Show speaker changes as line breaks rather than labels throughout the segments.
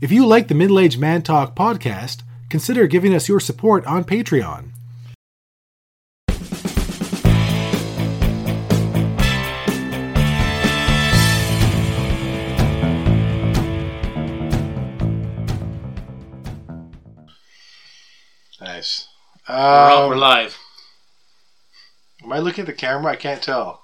If you like the Middle Aged Man Talk podcast, consider giving us your support on Patreon.
Nice.
We're, on- we're
Um,
live.
am I looking at the camera? I can't tell.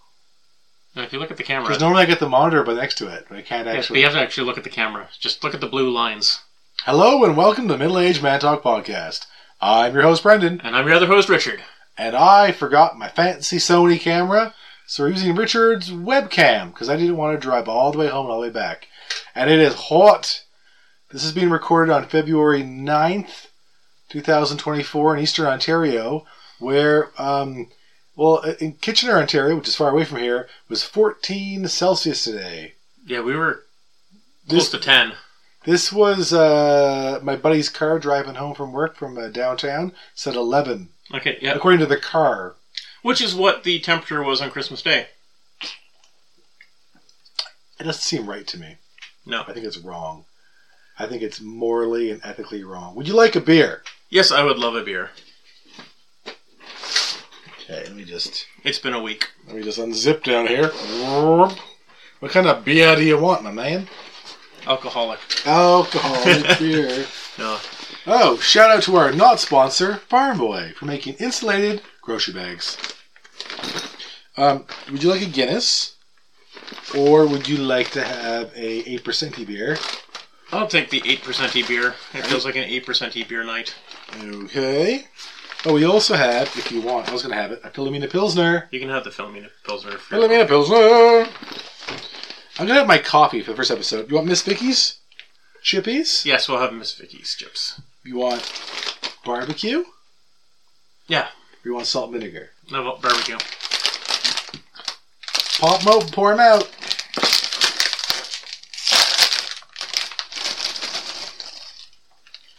Now, if you look at the camera,
Because normally I get the monitor but next to it, but I can't
yes,
actually.
we have to actually look at the camera. Just look at the blue lines.
Hello and welcome to Middle Aged Man Talk Podcast. I'm your host, Brendan,
And I'm your other host, Richard.
and I forgot my fancy Sony camera, so we're using Richard's webcam because I didn't want to drive all the way home and all the way back. And it is hot. This is being recorded on February 9th, 2024, in Eastern Ontario, where, um, well, in Kitchener, Ontario, which is far away from here, was 14 Celsius today.
Yeah, we were
This-
close to 10.
This was uh, my buddy's car driving home from work from uh, downtown. Said eleven,
Okay, yeah.
according to the car.
Which is what the temperature was on Christmas Day.
It doesn't seem right to me.
No.
I think it's wrong. I think it's morally and ethically wrong. Would you like a beer?
Yes, I would love a beer.
Okay, let me just
It's been a week.
let me just unzip down here. What kind of beer do you want, my man?
Alcoholic.
Alcoholic beer.
No.
Oh, shout out to our not sponsor, Farm Boy, for making insulated grocery bags. Um, would you like a Guinness? Or would you like to have a 8% beer?
I'll take the 8% beer. It feels like an 8% beer night.
Okay. Oh, we also have, if you want, I was going to have it, a Philomena Pilsner.
You can have the Philomena Pilsner. if you-
Philomena Pilsner! I'm going to have my coffee for the first episode. You want Miss Vicky's? Chippies?
Yes, we'll have Miss Vicky's chips.
You want barbecue?
Yeah.
You want salt and vinegar?
No well, barbecue.
Pop 'em out, pour 'em out.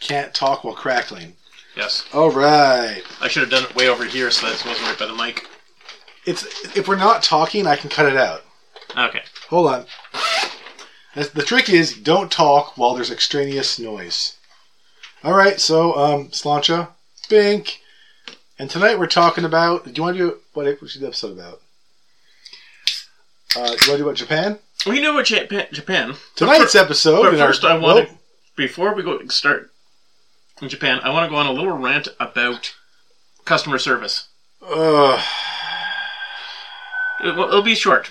Can't talk while crackling.
Yes.
All right.
I should have done it way over here so that it wasn't right by the mic.
It's if we're not talking, I can cut it out.
Okay.
Hold on. That's, the trick is don't talk while there's extraneous noise. All right. So, um, Slancha, Bink, and tonight we're talking about. Do you want to do what? What's the episode about? Uh, do you want to do about Japan?
We know about Japan. Japan.
Tonight's episode.
but
in our-
first I wanna-
Oh,
before we go start in Japan, I want to go on a little rant about customer service.
Ugh.
It- well, It'll be short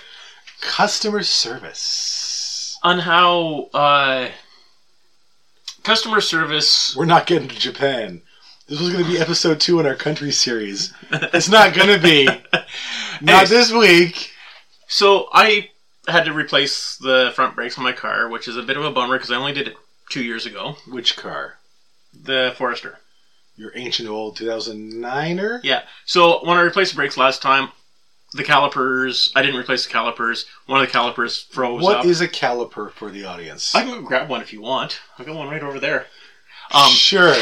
Customer service.
on how uh, customer service.
We're not getting to Japan. This was going to be episode two in our country series. It's not going to be. Not
Hey.
this week.
So I had to replace the front brakes on my car, which is a bit of a bummer because I only did it two years ago.
Which car?
The Forester.
Your ancient old 2009er?
Yeah. So when I replaced the brakes last time, the calipers. I didn't replace the calipers. One of the calipers froze up.
What is a caliper for the audience?
I can go grab one if you want. I got one right over there. Um,
sure.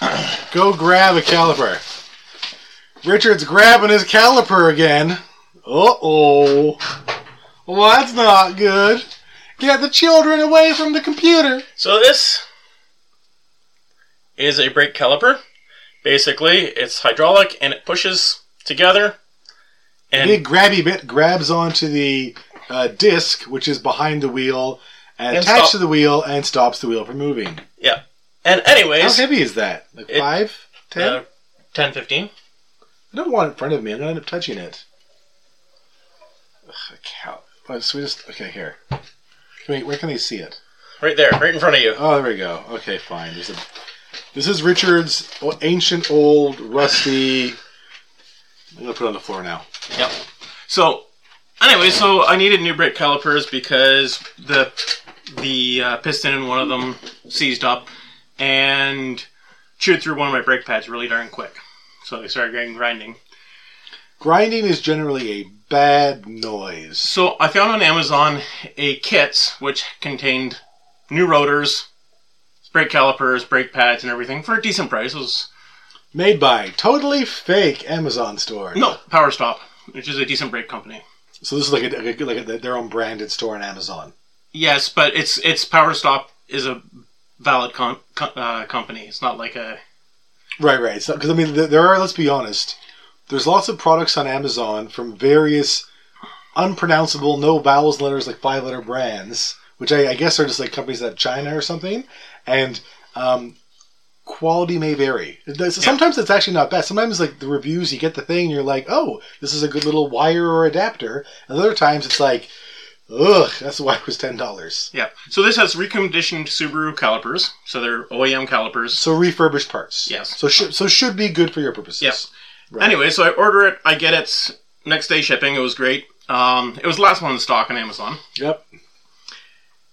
Go grab a caliper. Richard's grabbing his caliper again. Uh oh. Well, that's not good. Get the children away from the computer.
So this is a brake caliper. Basically, it's hydraulic and it pushes together. And
big grabby bit grabs onto the uh, disc, which is behind the wheel, and,
And
attached
stop-
to the wheel, and stops the wheel from moving.
and
How
anyways,
heavy is that? Like
It-
five, ten?
uh, 10, 15.
I don't want it in front of me. I'm gonna end up touching it. Ugh, a cow. Oh, so we just okay here. Wait, where can they see it?
Right there, right in front of you.
Oh, there we go. Okay, fine. There's a, this is Richard's o- ancient, old, rusty. I'm gonna put it on the floor now.
So, anyway, so I needed new brake calipers because the the uh, piston in one of them seized up and chewed through one of my brake pads really darn quick. So they started getting grinding.
Grinding is generally a bad noise.
So I found on Amazon a kit which contained new rotors, brake calipers, brake pads, and everything for a decent price. It was
Made by totally fake Amazon store.
no Power Stop, which is a decent brake company.
So this is like a, like, a, like a, their own branded store on Amazon.
Yes, but it's it's Power Stop is a valid com- co- uh, company. It's not like a
Right, right. Because I mean, th- there are. Let's be honest. There's lots of products on Amazon from various unpronounceable, no vowels, letters like five letter brands, which I, I guess are just like companies that China or something, and um, quality may vary. There's-
Yeah.
Sometimes it's actually not bad. Sometimes like the reviews, you get the thing, and you're like, oh, this is a good little wire or adapter. And other times it's like, ugh, that's why it was ten dollars.
yeah. So this has reconditioned Subaru calipers, so they're OEM calipers.
So refurbished parts.
Yes.
So should so should be good for your purposes.
Yes.
Right.
Anyway, so I order it. I get it. Next day shipping. It was great. Um, it was the last one in stock on Amazon.
Yep.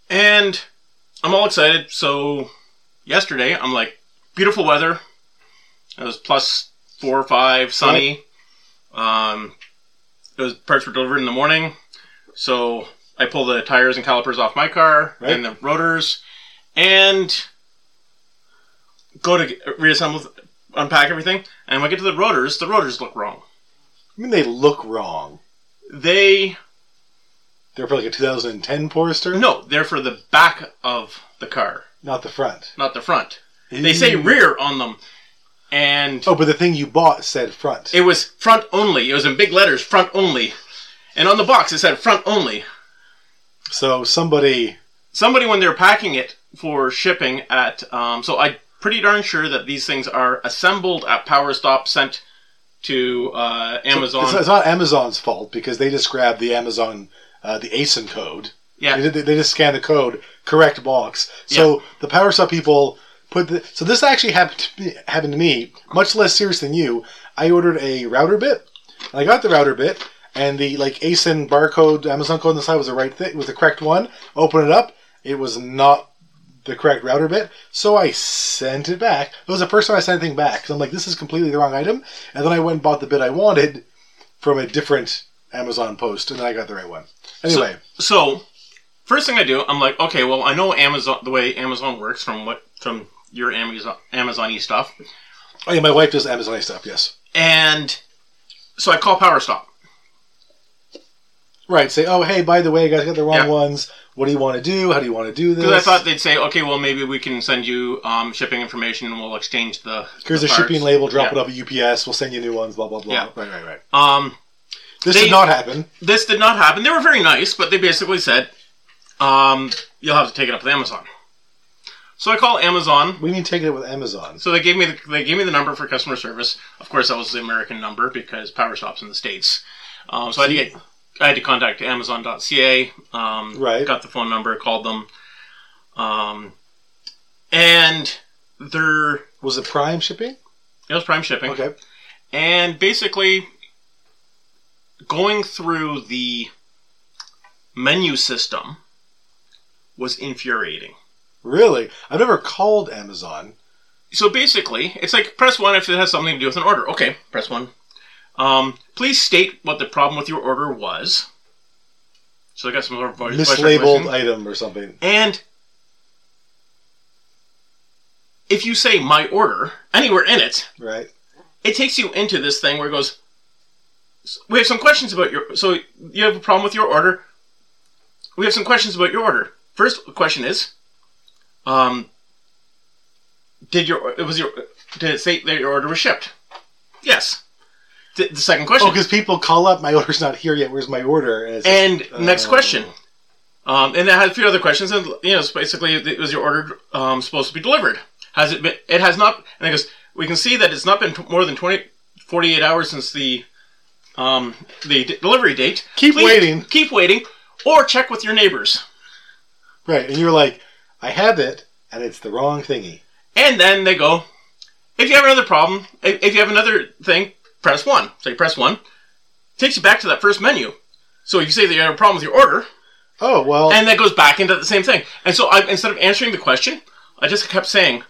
And I'm all excited. So yesterday, I'm like, beautiful weather. It was plus four or five, sunny. Um, those parts were delivered in the morning. So I pull the tires and calipers off my car
Right.
and the rotors, and go to get- reassemble, unpack everything. And when I get to the rotors, the rotors look wrong.
I mean, they look wrong.
They
They're for like a 2010 Forester,
no, they're for the back of the car,
not the front.
not the front. They say rear on them, and
Mm. Oh, but the thing you bought said front.
it was front only. It was in big letters, front only, and on the box it said front only.
so somebody.
Somebody when they're packing it for shipping at, um, so I pretty darn sure that these things are assembled at Power Stop, sent to uh, Amazon.
It's, it's not Amazon's fault because they just grabbed the Amazon, uh, the ASIN code.
yeah,
They, they just scan the code, correct box. So the power sub people put the. So this actually happened to me, happened to me, much less serious than you. I ordered a router bit. And I got the router bit, and the like ASIN barcode, Amazon code on the side was the right thing, was the correct one. Open it up, it was not the correct router bit. So I sent it back. It was the first time I sent anything back. So I'm like, this is completely the wrong item. And then I went and bought the bit I wanted from a different Amazon post, and then I got the right one. Anyway.
so first thing I do, I'm like, okay, well, I know Amazon the way Amazon works from what from your Amazon Amazon-y stuff,
Oh yeah, my wife does Amazon stuff. Yes.
and so I call Power Stop.
Right. Say, oh hey, by the way, you guys got the wrong
Yeah.
ones. What do you want to do? How do you want to do this?
Because I thought they'd say, okay, well, maybe we can send you um, shipping information and we'll exchange the.
here's
the
a shipping
parts."
label. Drop
Yeah.
it off at UPS. We'll send you new ones. Blah blah blah.
Yeah.
Right, right, right.
Um,
This
They-
did not happen.
this did not happen. They were very nice, but they basically said, um, you'll have to take it up with Amazon. So I call Amazon.
We need to take it with Amazon.
So they gave me the, they gave me the number for customer service. Of course, that was the American number because Power Stop's in the states. Um, so I had to get I had to contact Amazon.ca. Um,
Right.
Got the phone number, called them, um, and they're
Was it Prime shipping?
it was Prime shipping.
Okay.
and basically going through the menu system was infuriating.
Really? I've never called Amazon.
So basically, it's like press one if it has something to do with an order. Okay, press one. Um, please state what the problem with your order was. So I got some sort of voice voice
Mislabeled
recognition.
item or something.
And if you say my order anywhere in it,
Right.
it takes you into this thing where it goes we have some questions about your so you have a problem with your order we have some questions about your order first question is um did your it was your did it say that your order was shipped yes the, the second question
Oh, because people call up. My order's not here yet. Where's my order? And, it's just-
and next
Uh,
question um, and it had a few other questions and you know it's basically it was your order um, supposed to be delivered has it been it has not and it goes we can see that it's not been t- more than 20 48 hours since the um, the d- delivery date
Keep waiting.
keep waiting or check with your neighbors
right. And you're like, I have it, and it's the wrong thingy.
and then they go if you have another problem if, if you have another thing press one so you press one takes you back to that first menu so if you say that you have a problem with your order
Oh well.
and that goes back into the same thing. And so I, instead of answering the question, I just kept saying,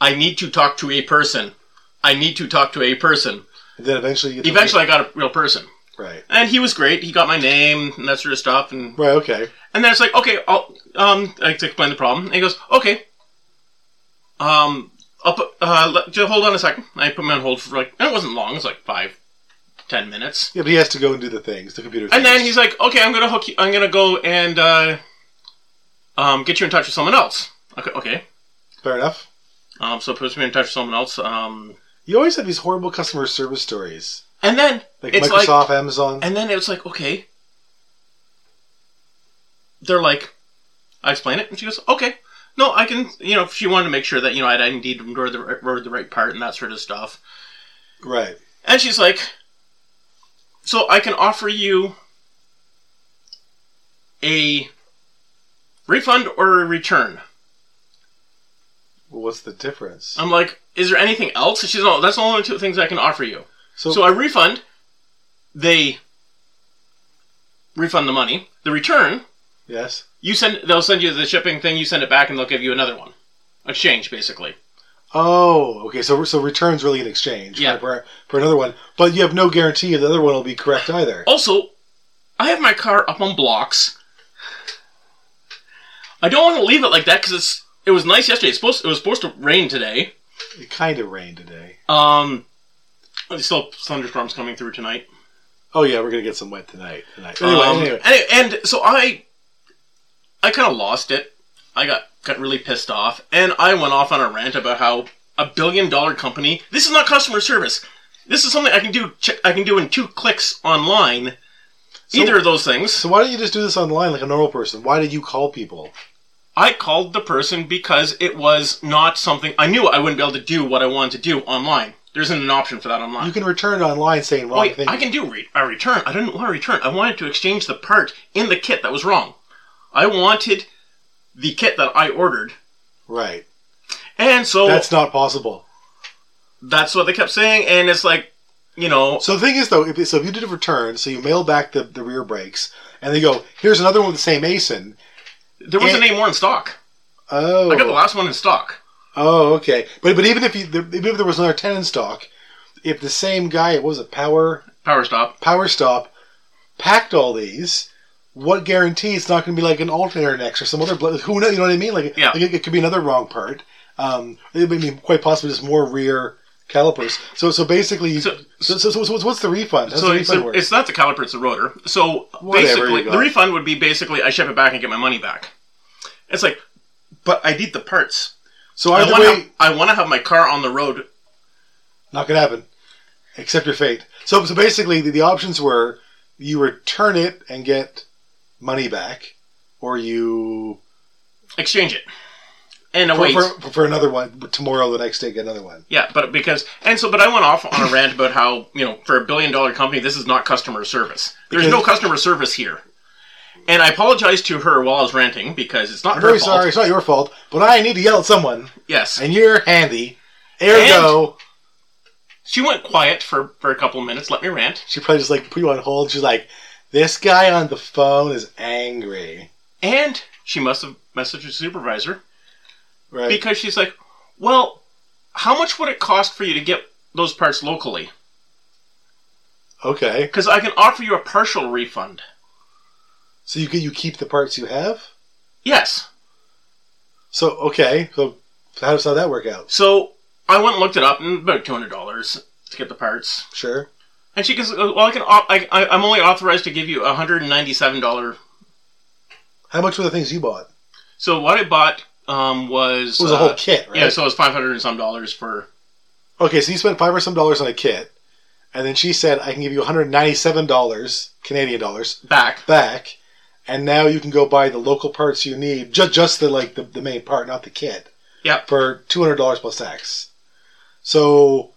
"I need to talk to a person. I need to talk to a person."
then eventually, you get the-
Eventually, I got a real person,
Right.
and he was great. He got my name and that sort of stuff, and
Right. Okay.
and then it's like, "Okay, I'll um, I to explain the problem." And he goes, "Okay, um, I'll put uh, let, just hold on a second. I put him on hold for like, and it wasn't long. It was like five, ten minutes.
Yeah, but he has to go and do the things, the computer.
And then
things.
he's like, "Okay, I'm gonna hook you. I'm gonna go and uh, um, get you in touch with someone else." Okay, okay.
Fair enough.
Um, so it puts me in touch with someone else. Um,
You always have these horrible customer service stories,
and then
like
It's like-
Microsoft, Amazon.
and then it was like, okay. They're like, I explain it, and she goes, okay. No, I can. You know, she wanted to make sure that you know I'd indeed wrote the right- wrote the right part and that sort of stuff.
Right.
And she's like, So I can offer you a refund or a return.
Well, what's the difference?
I'm like, Is there anything else? She's no, that's the only two things I can offer you.
so,
so a refund, they refund the money. The return,
yes.
you send they'll send you the shipping thing, you send it back and they'll give you another one. Exchange, basically.
Oh, okay. So so returns really an exchange
Yeah.
for, for another one, but you have no guarantee the other one will be correct either.
Also, I have my car up on blocks. I don't want to leave it like that because it's it was nice yesterday. It's supposed it was supposed to rain today.
It kind of rained today.
Um, there's still thunderstorms coming through tonight.
Oh yeah, we're gonna get some wet tonight. tonight. Anyway,
Um,
anyway.
any- and so I, I kind of lost it. I got got really pissed off, and I went off on a rant about how a billion dollar company. This is not customer service. This is something I can do. Ch- I can do in two clicks online.
So-
Either of those things.
So why don't you just do this online like a normal person? Why do you call people?
I called the person because it was not something I knew I wouldn't be able to do what I wanted to do online. There isn't an option for that online.
You can return it online saying wrong
Wait,
thing.
I can do re- a return. I didn't want to return. I wanted to exchange the part in the kit that was wrong. I wanted the kit that I ordered,
Right.
and so that's,
That's not possible.
what they kept saying. And it's like, you know,
So the thing is though, if so if you did a return, so you mail back the, the rear brakes, and they go, here's another one with the same ASIN.
there wasn't
Eh.
any more in stock.
Oh.
I got the last one in stock.
Oh, okay. But but even if you there- even if there was another ten in stock, if the same guy what was it power
Power stop.
power stop packed all these, what guarantee it's not going to be like an alternator next or some other blo- who knows? You know what I mean? Like,
Yeah.
like, it, it could be another wrong part. Um, it may be quite possibly just more rear calipers. So so basically, so
So-
so, so, so what's the refund? How's
So
the
it's,
refund
the,
work?
it's not the caliper, it's the rotor. So
Whatever you
basically,
got.
the refund would be basically I ship it back and get my money back. It's like, but I need the parts.
So
I
either
want,
way,
to, I want to have my car on the road.
not gonna happen. Accept your fate. So so basically, the, the options were you return it and get money back, or you
Exchange it. And
for,
await.
for, for another one tomorrow, the next day, get another one.
Yeah, but because and so, but I went off on a rant about how you know for a billion dollar company, this is not customer service. There's no customer service here, and I apologized to her while I was ranting because it's not
I'm
her
very
fault.
sorry. It's not your fault, but I need to yell at someone,
Yes,
and you're handy. Ergo,
she went quiet for for a couple of minutes. Let me rant,
she probably just like put you on hold. She's like, "This guy on the phone is angry."
and she must have messaged her supervisor
Right?
because she's like, "Well, how much would it cost for you to get those parts locally?
okay.
Because I can offer you a partial refund."
So you get you keep the parts you have.
Yes,
So okay. So how does how that work out?
so I went and looked it up, and about two hundred dollars to get the parts.
Sure.
And she goes, "Well, I can. au- I, I, I'm only authorized to give you a hundred and ninety-seven dollar.
How much were the things you bought?
So what I bought um, was
It was a
uh,
whole kit, right?
yeah. So it was five hundred and some dollars for
Okay, so you spent five or some dollars on a kit, and then she said, "I can give you 197 dollars Canadian dollars
back.
back, and now you can go buy the local parts you need, just just the like the, the main part, not the kit."
Yep.
For 200 dollars plus tax. So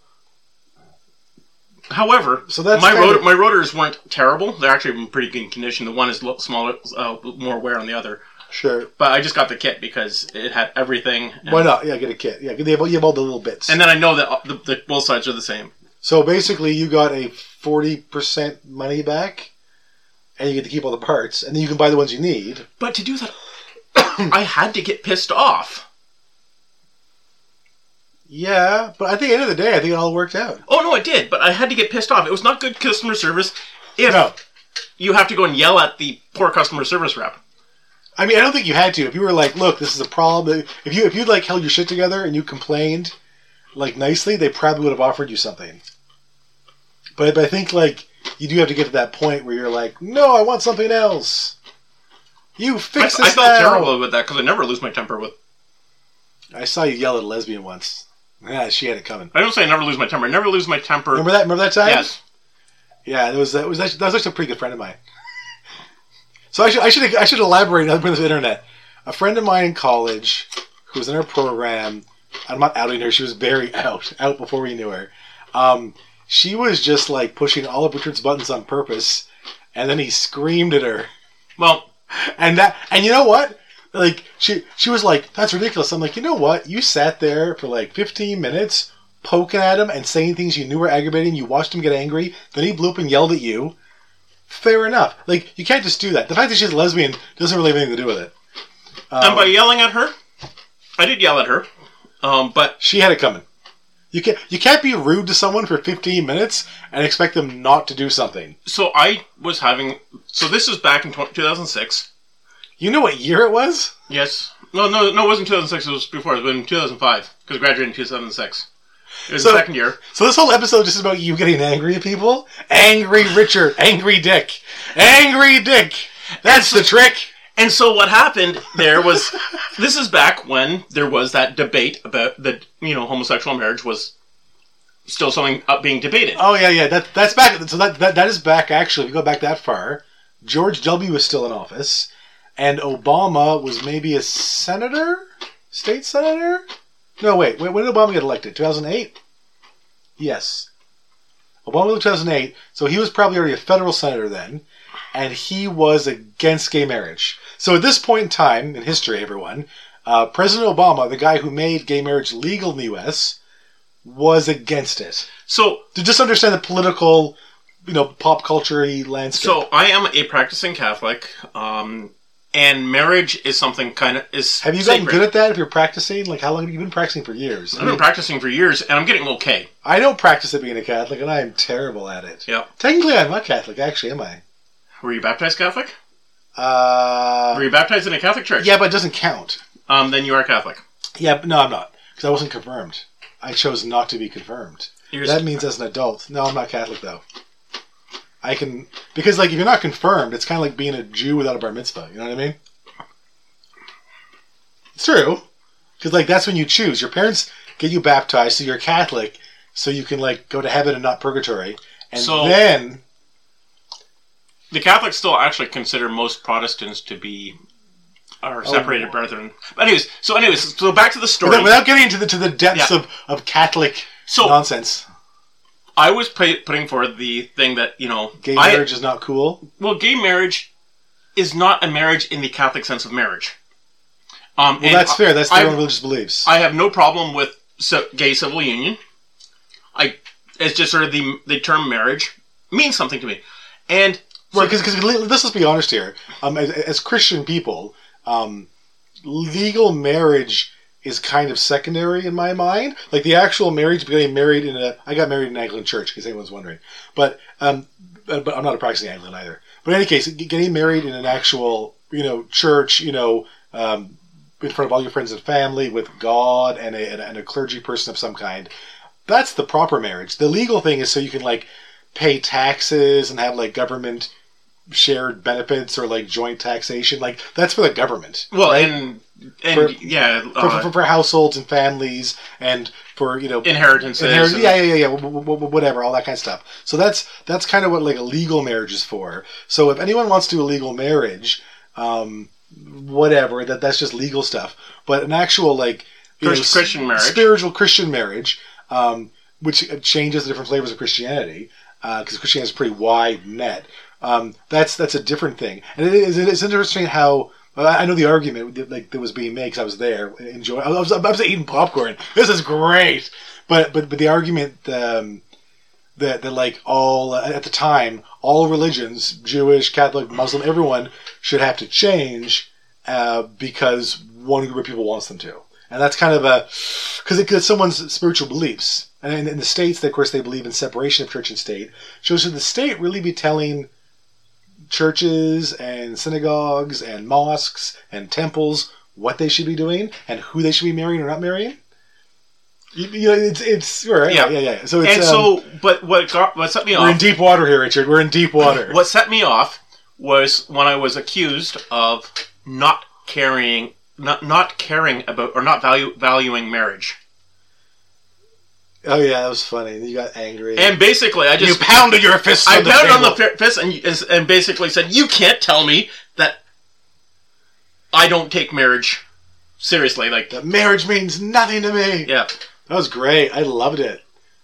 However,
so that's
my
kind
rotor,
of-
my rotors weren't terrible. They're actually in pretty good condition. The one is lo- smaller, uh, more wear on the other.
sure.
But I just got the kit because it had everything. And,
Why not? Yeah, get a kit. Yeah, they have, all- you have all the little bits.
And then I know that uh, the, the both sides are the same.
so basically, you got a 40% money back, and you get to keep all the parts, and then you can buy the ones you need.
But to do that, I had to get pissed off.
Yeah, but at the end of the day, I think it all worked out.
Oh no, it did. But I had to get pissed off. It was not good customer service. If
No,
you have to go and yell at the poor customer service rep.
I mean, I don't think you had to. If you were like, "Look, this is a problem," if you if you like held your shit together and you complained, like nicely, they probably would have offered you something. But but I think like you do have to get to that point where you're like, "No, I want something else." You
I, I
fix this
felt
now.
terrible with that because I never lose my temper with
I saw you yell at a lesbian once. Yeah, she had it coming.
I don't say I never lose my temper. I never lose my temper.
Remember that? Remember that time?
yes.
Yeah, that was that was actually, that was actually a pretty good friend of mine. so I should I should I should elaborate on this internet. A friend of mine in college who was in our program. I'm not outing her. She was very out out before we knew her. Um, she was just like pushing all of Richard's buttons on purpose, and then he screamed at her.
Well,
And that and you know what? Like she she was like, That's ridiculous. I'm like, you know what? You sat there for like fifteen minutes poking at him and saying things you knew were aggravating, you watched him get angry, then he blew up and yelled at you. Fair enough. Like you can't just do that. The fact that she's lesbian doesn't really have anything to do with it. Oh. Um,
and by yelling at her, I did yell at her. Um, but
She had it coming. You can't you can't be rude to someone for fifteen minutes and expect them not to do something.
so I was having. So this is back in tw 2006.
You know what year it was?
Yes. No, no, no. It wasn't 2006. It was before. It was in 2005 because I graduated in 2006. It was
So-
the second year.
So this whole episode just is about you getting angry at people. Angry Richard, angry Dick, angry Dick. That's the trick.
And so what happened there was this is back when there was that debate about the you know homosexual marriage was still something up being debated.
Oh yeah, yeah. That that's back. So that that, that is back. Actually, if you go back that far, George W is still in office, and Obama was maybe a senator, state senator. No, wait. Wait, when did Obama get elected? Two thousand eight. Yes. Obama was two thousand eight, so he was probably already a federal senator then, and he was against gay marriage. So at this point in time in history, everyone, uh, President Obama, the guy who made gay marriage legal in the U.S., was against it
So
to just understand the political, you know, pop culture landscape.
so I am a practicing Catholic, um, and marriage is something kind of is.
have you gotten
sacred. Mm-hmm.
good at that? If you're practicing, like how long have you been practicing for years? I,
I've been practicing for years, and I'm getting okay.
don't practice at being a Catholic, and I am terrible at it.
Yeah.
Technically, I'm not Catholic. Actually, am I?
Were you baptized Catholic?
Uh,
Were you baptized in a Catholic church?
yeah, but it doesn't count.
Um, then you are Catholic.
Yeah, but no, I'm not because I wasn't confirmed. I chose not to be confirmed.
You're
That means as an adult. No, I'm not Catholic though. I can because like if you're not confirmed, it's kind of like being a Jew without a bar mitzvah. You know what I mean? It's true, because like that's when you choose. Your parents get you baptized, so you're Catholic, so you can like go to heaven and not purgatory, and
So-
then
The Catholics still actually consider most Protestants to be our
Oh.
separated brethren. But anyways, so anyways, so back to the story.
without, without getting into the to the depths
Yeah.
of of Catholic
so
nonsense,
I was pay- putting forward the thing that you know,
gay
I-
marriage is not cool.
well, gay marriage is not a marriage in the Catholic sense of marriage. Um,
Well,
and
that's
I-
fair. That's their
I-
own religious beliefs.
I have no problem with ci- gay civil union. I it's just sort of the the term marriage means something to me, and
Well, because let's just be honest here. Um, as, as Christian people, um, legal marriage is kind of secondary in my mind. Like the actual marriage, getting married in a. I got married in an Anglican church, in case anyone's wondering. But um, but but I'm not a practicing Anglican either. But in any case, g- getting married in an actual you know church, you know, um, in front of all your friends and family with God and a, and a- and a clergy person of some kind. That's the proper marriage. The legal thing is so you can like pay taxes and have like government shared benefits or like joint taxation. Like that's for the government.
well, and and
For-
yeah,
For,
uh,
for, for households and families and for you know
inheritances.
inherit-
and-
yeah yeah yeah yeah wh- wh- wh- whatever all that kind of stuff so that's that's kind of what like a legal marriage is for so if anyone wants to do a legal marriage um whatever that that's just legal stuff but an actual like you know,
Chris-
s-
Christian marriage.
spiritual Christian marriage, um, which changes the different flavors of Christianity, because Christianity is a pretty wide net. Um, that's that's a different thing, and it is it's interesting how. well, I I know the argument that, like that was being made because I was there enjoying. I was, I was eating popcorn. This is great, but but but the argument um, that that like all at the time all religions, Jewish, Catholic, Muslim, everyone should have to change uh, because one group of people wants them to. And that's kind of a because it's someone's spiritual beliefs. And in, in the states, of course, they believe in separation of church and state. So should the state really be telling churches and synagogues and mosques and temples what they should be doing and who they should be marrying or not marrying? You, you know, it's it's right, yeah
Yeah.
yeah yeah. So it's
and
um,
so, but what got, what set me
we're in
off?
deep water here, Richard. We're in deep water.
What set me off was when I was accused of not carrying not not caring about or not value valuing marriage.
Oh yeah, that was funny. You got angry.
And basically, I just
you pounded your fist.
I
on the
pounded on the
table.
fi- fist and is- and basically said, "You can't tell me that I don't take marriage seriously." Like,
that marriage means nothing to me.
yeah,
That was great. I loved it.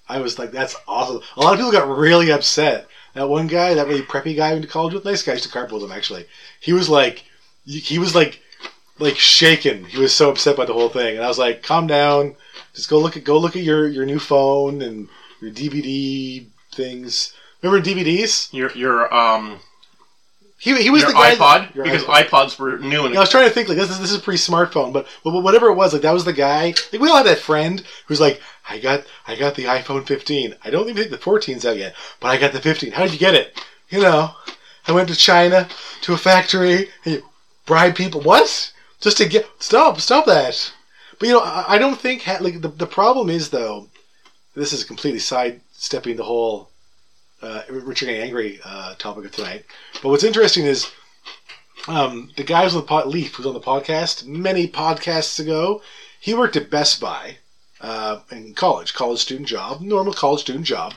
I was like, that's awesome. A lot of people got really upset. That one guy, that really preppy guy I went to college with, nice guy, I used to carpool with him actually. He was like, he was like, like shaken. He was so upset by the whole thing, and I was like, calm down. Just go look at go look at your your new phone and your DVD things. Remember DVDs?
your your um
He, he was
your
the guy
iPod
your
because
iPod.
iPods were new and
Yeah, I was trying to think like this is this is pre smartphone, but, but whatever it was, like that was the guy. Like we all had that friend who's like, I got I got the iPhone 15. I don't even think the 14's out yet, but I got the 15. How did you get it? You know, I went to China to a factory and you bribe people. What? Just to get stop stop that. But you know, I, I don't think ha- like the the problem is though. This is completely sidestepping the whole uh, Richard getting angry uh, topic of tonight. But what's interesting is um, the guy who's on the pod, Leaf, who's on the podcast many podcasts ago. He worked at Best Buy uh, in college, college student job, normal college student job,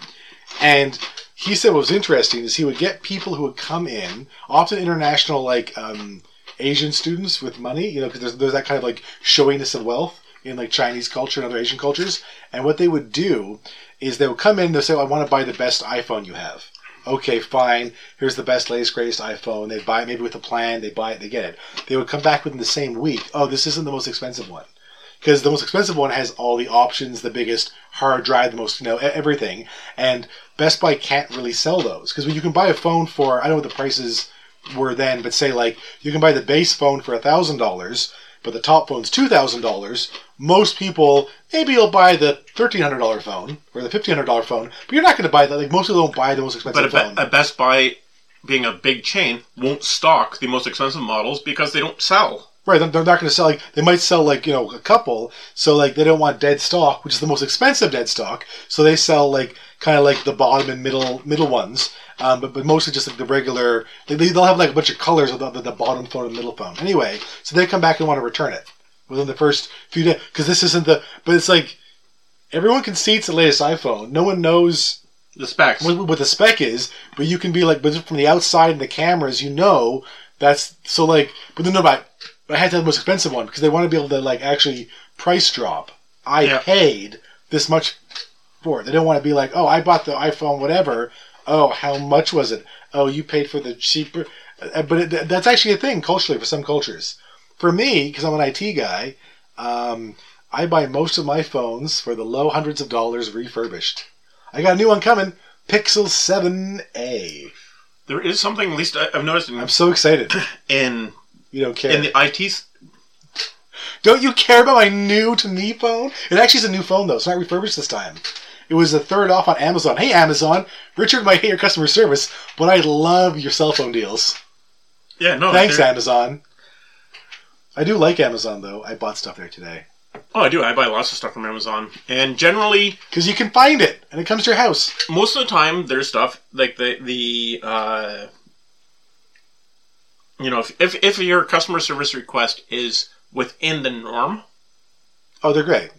and he said what was interesting is he would get people who would come in, often international, like um, Asian students with money, you know, because there's, there's that kind of like showiness of wealth in like Chinese culture and other Asian cultures. And what they would do is they would come in, they'll say, "I want to buy the best iPhone you have." okay, fine, here's the best, latest, greatest iPhone. They buy it maybe with a plan, they buy it, they get it. They would come back within the same week, oh, this isn't the most expensive one. Because the most expensive one has all the options, the biggest hard drive, the most, you know, e- everything. And Best Buy can't really sell those. Because when you can buy a phone for, I don't know what the prices were then, but say, like, you can buy the base phone for $1,000. But the top phone's two thousand dollars. Most people maybe you'll buy the thirteen hundred dollar phone or the fifteen hundred dollar phone, but you're not going to buy that. Like most people don't buy the most expensive
but a,
phone.
Be- a Best Buy being a big chain won't stock the most expensive models because they don't sell.
Right, they're they're not going to sell. Like they might sell like you know a couple, so like they don't want dead stock, which is the most expensive dead stock. So they sell like kind of like the bottom and middle middle ones, um, but but mostly just like the regular. They, they- they'll have like a bunch of colors of the, the, the bottom phone and middle phone. Anyway, so they come back and want to return it within the first few days because this isn't the. But it's like everyone can see it's the latest iPhone. No one knows
The specs.
what, what the spec is, but you can be like, but from the outside and the cameras, you know that's so like. But then no, but I had to have the most expensive one because they want to be able to like actually price drop. I
Yeah.
paid this much for it. They don't want to be like, oh, I bought the iPhone, whatever. Oh, how much was it? Oh, you paid for the cheaper. Uh, But it, th- that's actually a thing culturally for some cultures. For me, because I'm an IT guy, um, I buy most of my phones for the low hundreds of dollars refurbished. I got a new one coming. Pixel 7a.
there is something, at least I- I've noticed in
I'm so excited.
in,
You don't care.
in the IT. s-
don't you care about my new to me phone? It actually is a new phone though. It's not refurbished this time. It was a third off on Amazon. Hey Amazon, Richard might hate your customer service, but I love your cell phone deals.
Yeah, no.
Thanks,
there-
Amazon. I do like Amazon though. I bought stuff there today
Oh, I do. I buy lots of stuff from Amazon, and generally,
because you can find it and it comes to your house.
most of the time, their stuff like the the uh, you know, if, if if your customer service request is within the norm,
Oh, they're great.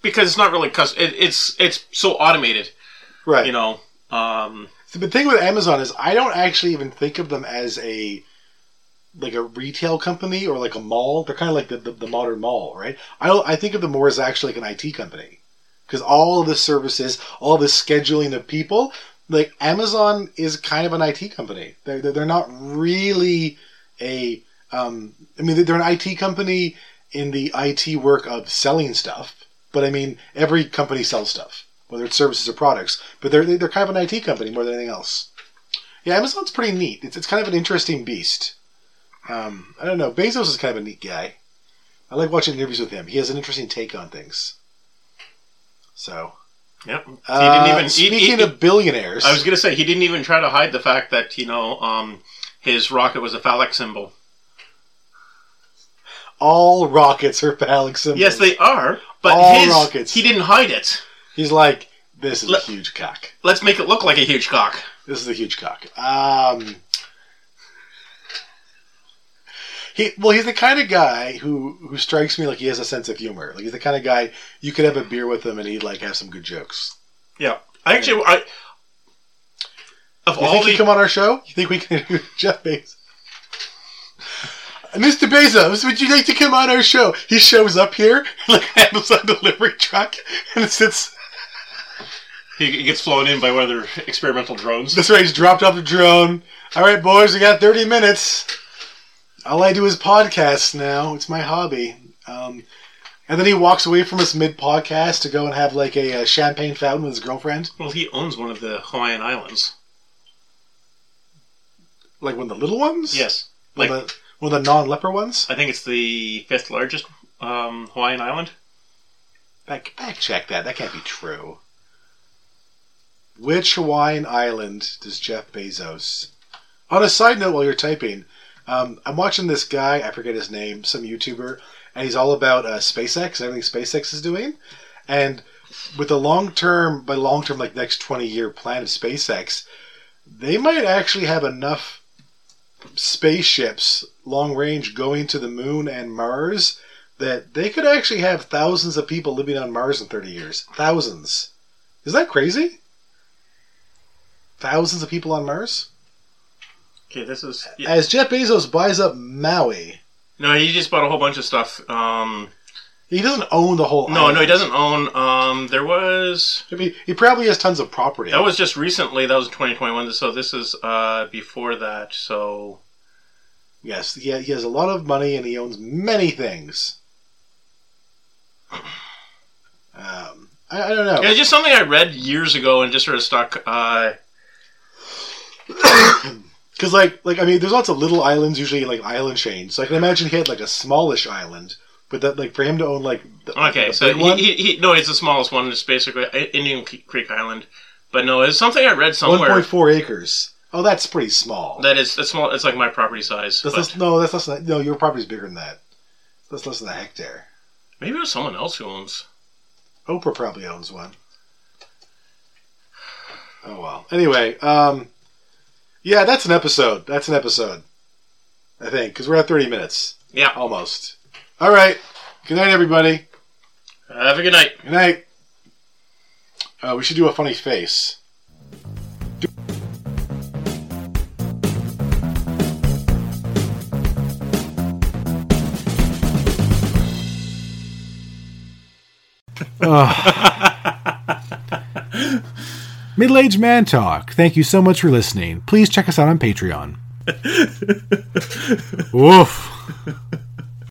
because it's not really cus- it, it's it's so automated,
Right.
you know. Um,
The thing with Amazon is I don't actually even think of them as a like a retail company or like a mall. They're kind of like the, the, the modern mall, right? I don't, I think of them more as actually like an IT company because all of the services, all the scheduling of people, like Amazon is kind of an IT company. They're, they're, they're not really a um, I mean they're an IT company in the IT work of selling stuff, but I mean every company sells stuff, whether it's services or products. But they're they're kind of an IT company more than anything else. Yeah, Amazon's pretty neat. It's, it's kind of an interesting beast. Um, I don't know. Bezos is kind of a neat guy. I like watching interviews with him. He has an interesting take on things. So,
yep. He
uh,
didn't even. he-
speaking
he- he-
of billionaires,
I was gonna say he didn't even try to hide the fact that you know um, his rocket was a phallic symbol.
all rockets are phallic symbols.
Yes, they are, but
All
his
rockets.
he didn't hide it.
He's like, this is a
Look-
huge cock.
Let's make it look like a huge cock.
This is a huge cock. Um, He well, he's the kind of guy who who strikes me like he has a sense of humor. Like he's the kind of guy you could have a beer with him and he'd like have some good jokes.
Yeah. I actually, I, of
You
all
think
the
he'd come on our show? You think we can do Jeff Bezos? Mr. Bezos, would you like to come on our show? He shows up here like an Amazon delivery truck and sits.
He he gets flown in by one of their experimental drones.
That's right. He's dropped off the drone. All right, boys, we got thirty minutes. All I do is podcasts now. It's my hobby. Um, and then he walks away from us mid podcast to go and have like a, uh champagne fountain with his girlfriend,
Well, he owns one of the Hawaiian islands.
like one of the little ones.
Yes.
One
Like,
of the, one of the non-leper ones.
I think it's the fifth largest um, Hawaiian island.
Back, back check that. That can't be true. Which Hawaiian island does Jeff Bezos? On a side note, while you're typing, um, I'm watching this guy. I forget his name. Some YouTuber, and he's all about uh, SpaceX. Everything SpaceX is doing, and with the long term, by long term, like next 20 year plan of SpaceX, they might actually have enough spaceships, long range, going to the moon and Mars that they could actually have thousands of people living on Mars in 30 years. Thousands. Is that crazy? Thousands of people on Mars?
Okay, this is. Yeah.
As Jeff Bezos buys up Maui,
No, he just bought a whole bunch of stuff. Um,
he doesn't own the whole
no,
island.
no, he doesn't own. Um, there was.
I mean, he probably has tons of property.
That was just recently. That was 2021. So this is uh, before that. So
Yes, he, he has a lot of money and he owns many things. Um, I, I don't know.
yeah, just something I read years ago and just sort of stuck. Uh,
Because like like I mean, there's lots of little islands usually like island chains. So I can imagine he had like a smallish island, but that like for him to own like the,
okay,
the
so
big one,
he, he, he no, it's the smallest one. It's basically I- Indian Creek Island. But no, it's something I read
one
somewhere.
point four acres. Oh, that's pretty small.
That is that's small. It's like my property size.
that's
but
less, no, that's less than no. Your property's bigger than that. That's less than a hectare.
maybe it was someone else who owns.
Oprah probably owns one. Oh well. Anyway, um, yeah, that's an episode. That's an episode. I think because we're at thirty minutes
Yeah.
almost. All right. Good night, everybody.
Have a good night.
Good night. Uh, we should do a funny face.
Middle aged man talk. Thank you so much for listening. Please check us out on Patreon. Woof.